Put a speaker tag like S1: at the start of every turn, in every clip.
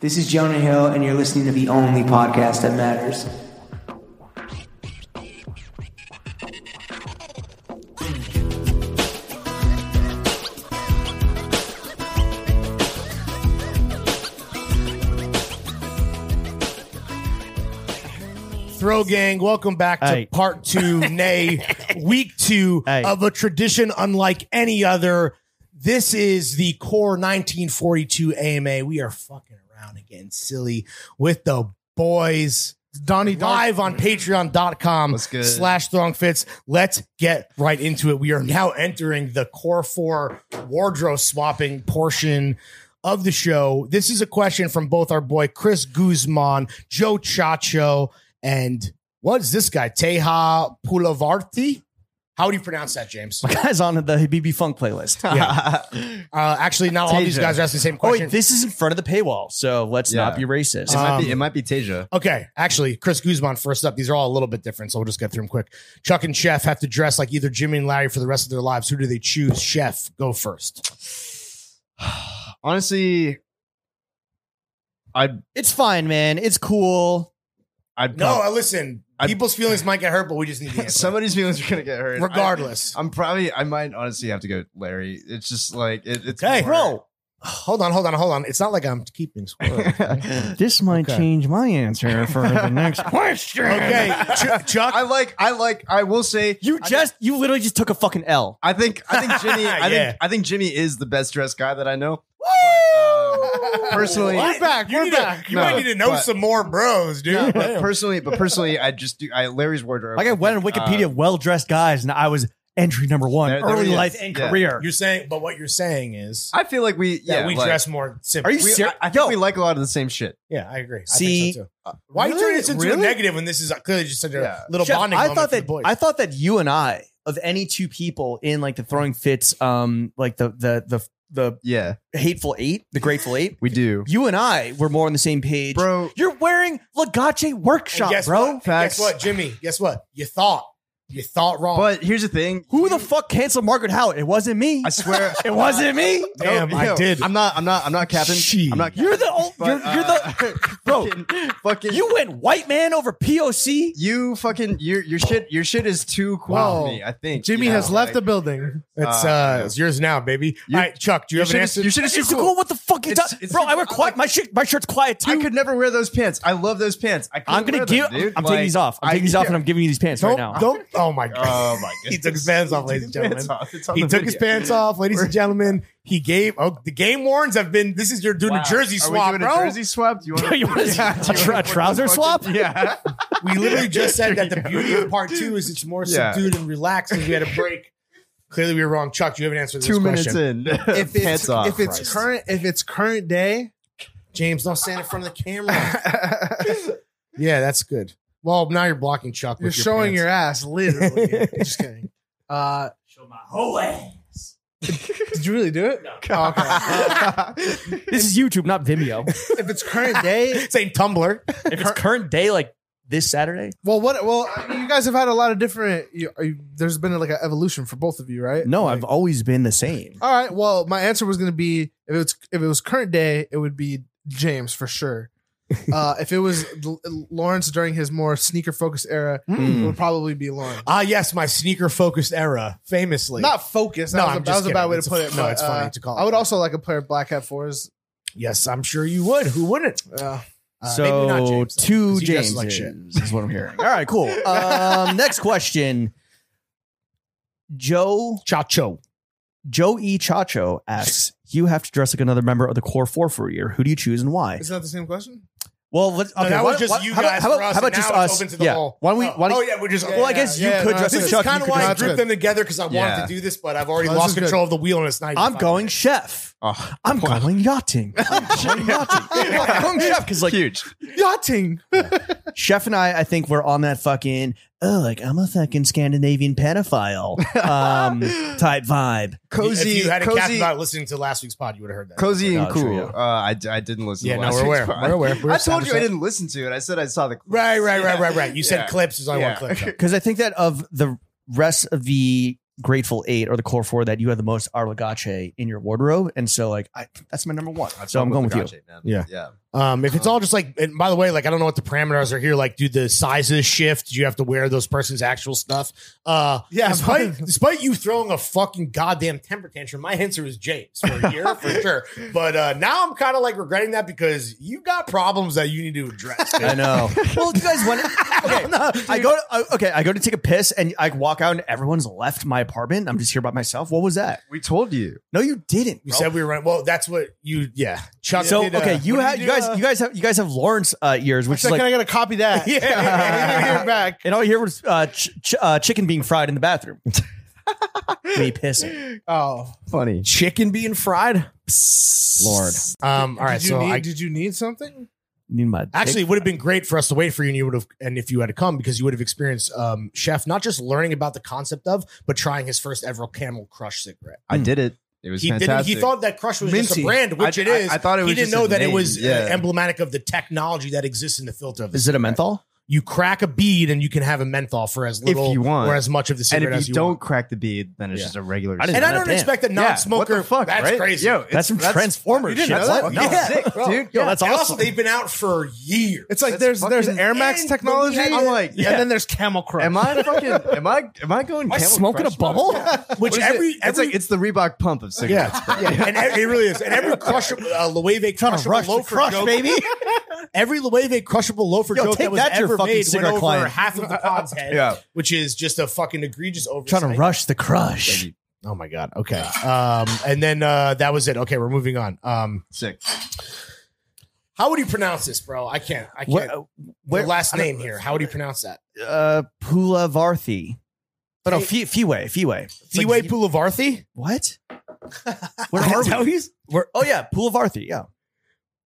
S1: This is Jonah Hill, and you're listening to the only podcast that matters.
S2: Throw Gang, welcome back to
S3: Hey.
S2: part two, nay, week two
S3: Hey.
S2: of a tradition unlike any other. This is the core 1942 AMA. We are fucking around again, silly, with the boys. Donnie live on patreon.com
S4: What's good?
S2: slash throng fits. Let's get right into it. We are now entering the core four wardrobe swapping portion of the show. This is a question from both our boy Chris Guzman, Joe Chacho, and what is this guy? Teja Pulavarti? How do you pronounce that, James?
S3: My guy's on the BB Funk playlist.
S2: Uh, actually, not all these
S4: Teja.
S2: guys are asking the same
S3: Oh,
S2: question.
S3: wait, this is in front of the paywall, so let's
S4: Yeah.
S3: not be racist.
S4: It might
S2: Um,
S4: be. It might be Tasia.
S2: Okay, actually, Chris Guzman first up. These are all a little bit different, so we'll just get through them quick. Chuck and Chef have to dress like either Jimmy and Larry for the rest of their lives. Who do they choose? Chef, go first.
S4: Honestly, I'd
S3: it's fine, man. It's cool.
S4: I'd
S2: No,
S4: prob-
S2: uh, listen,
S4: I-
S2: people's feelings might get hurt, but we just need the answer.
S4: somebody's feelings are gonna get hurt.
S2: Regardless.
S4: I, am probably. I might honestly have to go Larry. It's just like it, it's.
S2: Okay.
S4: more-
S2: hold on, hold on, hold on. It's not like I'm keeping score.
S3: This might
S2: Okay.
S3: change my answer for the next question.
S2: okay, Ch- Chuck.
S4: I like. I like. I will say.
S3: You
S4: I
S3: just, you literally just took a fucking L.
S4: I think. I think Jimmy. I
S2: Yeah.
S4: think. I think Jimmy is the best dressed guy that I know. Uh, personally,
S2: What?
S3: back,
S2: You
S3: we're
S2: need to-
S3: back.
S2: you might
S4: No,
S2: need to know
S4: but-
S2: some more bros, dude.
S4: Yeah, but personally, but personally, I just do. I Larry's wardrobe.
S3: Like I went on
S4: think,
S3: Wikipedia,
S4: uh,
S3: well dressed guys, and I was entry number one,
S4: There- there
S3: early
S4: it is.
S3: life and
S4: Yeah.
S3: career.
S2: you're saying, but what you're saying is
S4: I feel like we.
S2: that
S4: Yeah,
S2: we
S4: like-
S2: dress more simple.
S3: Are you
S4: We,
S3: ser-
S4: I, I think
S3: Yo.
S4: we like a lot of the same shit.
S2: yeah, I agree. I
S3: See,
S2: think so too. Why are you turning this into a
S3: Really?
S2: negative when this is clearly just such a
S4: Yeah.
S2: little
S3: Jeff,
S2: bonding
S3: I
S2: moment
S3: thought
S2: for the
S3: that
S2: boys?
S3: I thought that you and I, of any two people in like the throwing fits, um, like the the the
S4: Yeah,
S3: the hateful eight, the grateful eight,
S4: we do,
S3: you and I were more on the same page,
S4: bro.
S3: You're wearing Legace
S2: And
S3: Workshop,
S2: guess
S3: bro.
S2: What? And
S4: Facts.
S2: Guess what, Jimmy? Guess what? You thought. You thought wrong.
S4: But here's the thing.
S3: Who the fuck canceled Margaret Howard? It wasn't me.
S4: I swear.
S3: it wasn't me.
S2: Damn, I did.
S4: I'm not. I'm not. I'm not capping.
S2: She-
S4: I'm not.
S3: You're the old.
S4: But, uh,
S3: you're, you're the bro.
S4: Fucking, fucking you.
S3: You went white man over POC.
S4: You fucking. Your your shit. Your shit is too cool
S5: Wow.
S4: for me. I think
S5: Jimmy
S4: you know,
S5: has left the
S4: like,
S5: building.
S2: it's uh, it's yours now, baby.
S4: You-
S2: All right, Chuck, do you
S4: Your
S2: have an
S4: shit, is,
S2: answer?
S4: your shit is too
S3: It's cool.
S4: cool.
S3: What the fuck you
S4: It's-
S3: talking,
S4: it's
S3: bro?
S4: super-
S3: I wear
S4: I
S3: quiet.
S4: like-
S3: my shit. My shirt's quiet too.
S4: I could never wear those pants. I love those pants. I
S3: I'm gonna give. I'm taking these off. I'm taking these off, and I'm giving you these pants
S2: don't,
S3: right now.
S2: don't. Oh my god.
S4: Oh my god.
S2: He took his pants off, ladies and gentlemen.
S4: gentlemen.
S2: He took his pants off, ladies and gentlemen. He gave. Oh, the game warns have been. This is your doing a jersey
S4: Are
S2: swap,
S4: we doing
S2: bro.
S4: A jersey swap? Do you
S3: Bro,
S4: want
S3: you want a- a tr- a trouser swap?
S4: Yeah.
S2: We literally just said that the beauty of part two is it's more
S4: Yeah.
S2: subdued and relaxed because we had a break. Clearly, we were wrong. Chuck, do you have an answer to this
S4: Two minutes
S2: question?
S4: in.
S5: If it's
S4: pants off.
S5: if it's
S2: Christ.
S5: current if it's current day,
S2: James, don't stand in front of the camera. yeah, that's good. Well, now you're blocking Chuck.
S5: you're
S2: with
S5: showing
S2: pants.
S5: your ass literally. Just kidding. Uh, Show my whole ass. Did you really do it? Oh, okay. Uh,
S3: this is YouTube, not Vimeo.
S5: if it's current day,
S2: same Tumblr.
S3: if it's current day, like this Saturday,
S5: well, what? Well, I mean, you guys have had a lot of different. You, you, there's been like an evolution for both of you, right?
S3: no,
S5: Like-
S3: I've always been the same.
S5: All right. Well, my answer was going to be if it's if it was current day, it would be James for sure. Uh, if it was L- Lawrence during his more sneaker focused era,
S4: Mm.
S2: Hmm.
S5: it would probably be Lawrence.
S2: Ah, yes, my sneaker focused era, famously.
S5: Not focused. That
S2: No,
S5: was, a,
S2: I'm
S5: that
S2: just
S5: was a bad
S2: kidding.
S5: way
S2: It's a-
S5: to put it.
S2: no,
S5: but,
S2: it's funny to call it
S5: I would
S2: that.
S5: also like a pair of Black Hat fours.
S2: yes, I'm sure you would. Who wouldn't?
S5: Uh, Uh,
S3: so
S2: maybe not James, though,
S3: two
S2: 'cause he dresses
S3: James
S2: like shit.
S3: is what I'm hearing. All right, cool. Um, next question. Joe
S2: Chacho.
S3: Joe E Chacho asks, "You have to dress like another member of the core four for a year. Who do you choose and why?"
S5: is that the same question?
S3: Well, let's, okay,
S2: that
S3: why-
S2: was just
S3: why-
S2: you
S3: how about-
S2: guys
S3: How about,
S2: for us,
S3: how about
S2: and
S3: just
S2: now it's
S3: us?
S2: open to the
S3: yeah.
S2: whole-
S3: Why don't we?
S2: Oh,
S3: Why don't
S2: oh,
S3: you-
S2: yeah, we're just.
S5: Yeah,
S3: well, I guess you
S5: yeah,
S3: could
S5: no,
S3: dress like
S5: this
S2: This
S5: is
S3: Chuck.
S2: is kind
S3: you
S2: of
S3: could
S2: why I
S3: dress-
S5: that's
S2: grouped
S5: good.
S2: them together because I wanted
S4: Yeah.
S2: to do this, but I've already
S5: Oh, this
S2: lost
S5: is good.
S2: control of the wheel and it's not.
S3: I'm going chef.
S4: Oh,
S3: I'm going yachting. I'm going yachting. I'm going chef because like
S4: huge.
S5: Yachting.
S3: Chef and I, I think we're on that fucking oh, like I'm a fucking Scandinavian pedophile um, type vibe.
S4: Cozy.
S2: If you had a cat
S4: cozy.
S2: about listening to last week's pod, you would have heard that.
S4: Cozy and
S3: No,
S4: cool.
S3: true, yeah.
S4: Uh, I, I didn't listen.
S2: Yeah,
S4: to
S2: no,
S4: last
S2: we're
S4: week's
S2: aware.
S4: pod.
S2: We're aware. We're
S4: I told you I
S2: 100%.
S4: didn't listen to it. I said I saw the. clips.
S2: Right, right, right,
S4: Yeah.
S2: right, right. You said
S4: Yeah.
S2: clips is only
S4: Yeah.
S2: one clip.
S3: Because I think that of the rest of the Grateful Eight or the Core Four that you have the most are Legace in your wardrobe, and so like I, that's my number one. so I'm going with you.
S4: Gache, man.
S2: Yeah.
S4: yeah.
S2: Um, if it's all just like, and by the way, like I don't know what the parameters are here. Like, do the sizes shift? Do you have to wear those person's actual stuff? Uh,
S5: Yeah,
S2: Despite, despite you throwing a fucking goddamn temper tantrum, my answer is James for a year for sure. But uh, now I'm kind of like regretting that because you got problems that you need to address. dude.
S3: I know. well, you guys want okay. I go. To, I- okay, I go to take a piss, and I walk out, and everyone's left my apartment. I'm just here by myself. What was that?
S4: We told you.
S3: No, you didn't.
S2: You
S3: bro.
S2: said we were running. Well, that's what you. Yeah, Chuck.
S3: so.
S2: did, uh,
S3: Okay, you
S5: what did
S3: had
S5: you
S3: you
S5: do,
S3: guys.
S5: uh,
S3: You guys have you guys have Lawrence uh, ears, which is
S5: Second,
S3: like.
S5: I gotta copy that.
S2: Yeah.
S5: Give it back.
S3: And all you hear was uh, ch- ch- uh, chicken being fried in the bathroom. Me pissing.
S5: Oh,
S4: Funny.
S1: Chicken being fried?
S4: Lord.
S2: Um. All right.
S5: Did you
S2: So
S5: need,
S2: I
S5: did you need something?
S3: Need my dick.
S2: Actually, it would have been great for us to wait for you, and you would have, and if you had come, because you would have experienced um, Chef not just learning about the concept of, but trying his first ever Camel Crush cigarette.
S4: I
S3: Mm.
S4: did it. It was
S2: He didn't.
S4: fantastic.
S2: He thought that Crush was just a
S5: Minty.
S2: brand, which
S4: I-
S2: it
S4: I-
S2: is.
S4: I thought it
S2: He
S4: was
S2: didn't
S4: just a
S2: know that it
S4: name,
S2: was uh,
S4: yeah.
S2: emblematic of the technology that exists in the filter of this.
S3: is it a menthol?
S2: You crack a bead, and you can have a menthol for as little
S4: you want.
S2: or as much of the
S4: and
S2: cigarette
S4: if
S2: as
S4: you,
S2: you
S4: don't
S2: want.
S4: crack the bead, then it's just a regular.
S3: I didn't
S2: And I
S3: know
S2: don't
S3: Damn.
S2: expect a
S4: Yeah,
S2: non-smoker.
S4: what the fuck,
S2: that's
S4: right?
S2: crazy.
S4: Yo, it's-
S3: That's some Transformers shit.
S4: You know
S3: That's
S4: that?
S3: like-
S4: No,
S3: Yeah.
S4: sick, dude.
S3: Yo,
S4: Yeah.
S3: that's
S2: And
S3: awesome.
S2: also, they've been out for years.
S5: It's like
S4: That's
S5: there's there's
S4: fucking
S5: Air Max
S2: insane.
S5: technology.
S4: I'm like,
S5: and
S4: yeah.
S5: then there's Camel Crush.
S4: Am I fucking? Am I? Am I going?
S3: Am I
S4: Camel
S3: smoking
S4: Crush
S3: a bubble?
S2: Which
S4: What is
S2: every
S4: it? it's
S2: every
S4: like it's the Reebok pump of cigarettes.
S2: Yeah, yeah. and e- it really is. And every crush, uh, Loewe
S3: Trying
S2: crushable
S3: to rush the
S2: loafer
S3: crush,
S2: joke,
S3: baby.
S2: every Loewe crushable loafer
S3: Yo,
S2: joke
S3: take
S2: that was
S3: that to your
S2: ever
S3: fucking
S2: made went
S3: cigarette
S2: over
S3: client.
S2: half of the pod's head,
S4: Yeah.
S2: which is just a fucking egregious oversight.
S3: Trying to rush the crush.
S2: Oh my god. Okay. Um, and then uh, that was it. Okay, we're moving on. Um,
S4: Sick.
S2: how would you pronounce this, bro? I can't. I can't.
S3: What,
S2: Your
S3: where-
S2: last
S3: I don't-
S2: name here. How would you pronounce that?
S3: uh, Pula Varthi. But no,
S2: Hey.
S3: Fi- Fiwe, Fiwe. It's like-
S2: Fiwe Pulavarthi.
S3: What? Where are we? We're- oh yeah, Pulavarthi. Yeah,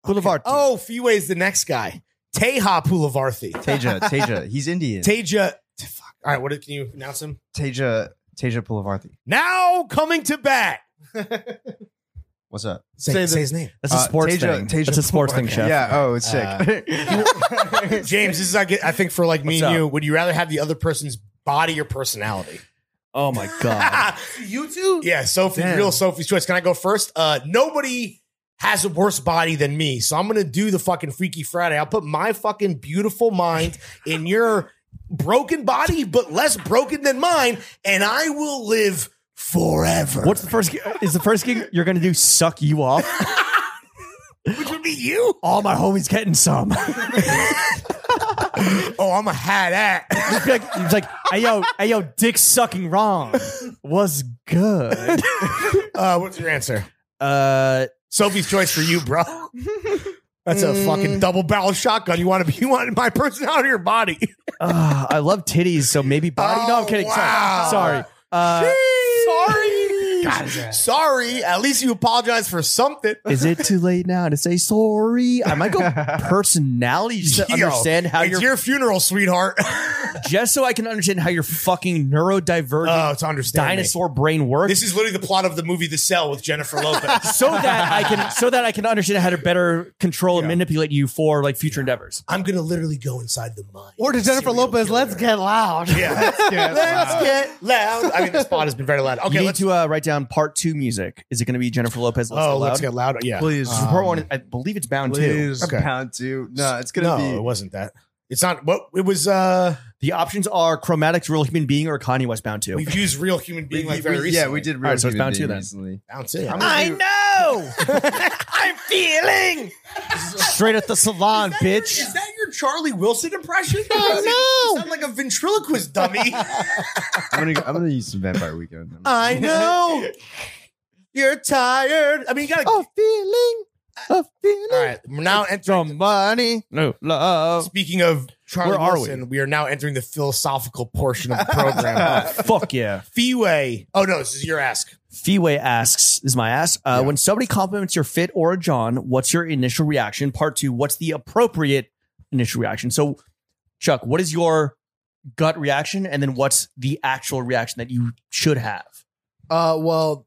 S3: Pulavarthi.
S2: Oh, Fiwe is the next guy. Teja Pulavarthi.
S4: Teja, Teja, he's Indian.
S2: Teja. Fuck. All right. What can you pronounce him?
S4: Teja, Teja Pulavarthi.
S2: Now coming to bat.
S4: What's up?
S2: Say,
S5: Say the-
S2: say his name.
S3: that's a
S4: Uh,
S3: sports
S4: Teja-
S3: thing.
S4: Teja
S3: that's a sports thing, chef. Uh,
S4: Yeah. Oh, it's sick.
S2: James, this is I, get, I think for like me
S3: What's
S2: and
S3: up?
S2: you, would you rather have the other person's body or personality?
S3: Oh my god.
S2: Ah,
S5: you two?
S2: yeah, Sophie,
S4: Damn.
S2: real Sophie's choice. Can I go first? Uh, nobody has a worse body than me, so I'm gonna do the fucking Freaky Friday. I'll put my fucking beautiful mind in your broken body, but less broken than mine, and I will live forever.
S3: What's the first? gi- Is the first gig you're gonna do? Suck you off?
S2: Which would be you?
S3: All my homies getting some.
S2: Oh, I'm a hat at.
S3: He's like, he's like, hey yo, hey yo, dick sucking wrong was good.
S2: Uh, what's your answer?
S3: Uh,
S2: Sophie's choice for you, bro. That's a
S5: Mm.
S2: fucking double barrel shotgun. You want to you want my personality or body?
S3: ah, I love titties, so maybe body. no, I'm
S2: Oh,
S3: kidding.
S2: wow.
S3: Sorry. Sorry. Uh,
S2: sorry. Sorry. At least you apologize for something.
S3: is it too late now to say sorry? I might go personality just to
S2: Yo,
S3: understand how
S2: At
S3: you're,
S2: your funeral, sweetheart.
S3: just so I can understand how your fucking neurodivergent
S2: Oh, it's understandable.
S3: dinosaur brain works.
S2: This is literally the plot of the movie The Cell with Jennifer Lopez.
S3: so that I can, so that I can understand how to better control and manipulate you for like future endeavors.
S2: I'm gonna literally go inside the mind.
S5: Or to Jennifer
S2: Serial
S5: Lopez,
S2: killer.
S5: let's get loud.
S2: Yeah.
S4: Wow.
S2: get loud. I mean, this spot has been very loud.
S3: you
S2: Okay,
S3: need
S2: let's.
S3: to uh, write down part two music. Is it going to be Jennifer Lopez? Let's
S2: Oh,
S3: Get Loud?
S2: let's get loud. Yeah.
S4: Please.
S3: This is part one. I believe it's bound to.
S4: Please.
S2: Okay.
S4: Pound two. No, it's
S2: no,
S4: gonna
S2: it
S4: be.
S2: wasn't that. It's not. What it was. uh
S3: The options are Chromatics, Real Human Being, or Kanye West bound to.
S2: We've used real human being like very
S4: we,
S2: recently.
S4: yeah, we did.
S3: right, so it's
S4: Human
S3: bound
S4: Being
S3: two then.
S4: recently.
S2: Bounce it.
S4: I'm gonna do-
S3: know. I'm feeling straight at the salon, bitch.
S2: Is that your Charlie Wilson impression? I know. Sound like a ventriloquist dummy.
S4: I'm gonna. I'm gonna use some Vampire Weekend. I'm-
S2: I know. You're tired. I mean, you gotta.
S3: feeling, a feeling.
S2: All right. We're now entering.
S3: money, no love.
S2: Speaking of Charlie
S3: Where are
S2: Wilson, we? are now entering the philosophical portion of the program.
S3: Fuck yeah.
S2: Feeway. Oh no, this is your ask.
S3: Feeway asks, "This is my ass. Uh, When somebody compliments your fit or a John, what's your initial reaction? Part two, what's the appropriate initial reaction? So, Chuck, what is your gut reaction, and then what's the actual reaction that you should have?
S5: Uh, well,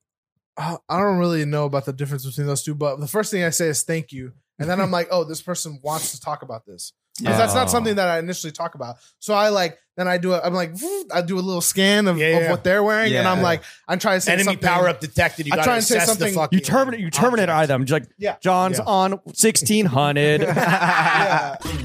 S5: I I don't really know about the difference between those two, but the first thing I say is thank you, and then I'm like, oh, this person wants to talk about this. because that's not
S3: Oh.
S5: something that I initially talk about. So I like then I do it. I'm like I do a little scan of,
S2: Yeah,
S5: of
S2: yeah.
S5: what they're wearing, and
S4: Yeah.
S5: I'm like I'm trying to say
S2: Enemy
S5: something.
S2: power up detected. You
S5: I
S2: got
S5: try
S2: to
S5: and say
S2: assess the
S5: something-
S2: fucking.
S3: You terminate. You terminate eye them. Just like
S5: Yeah.
S3: John's
S2: Yeah.
S3: on sixteen hundred.
S5: Yeah.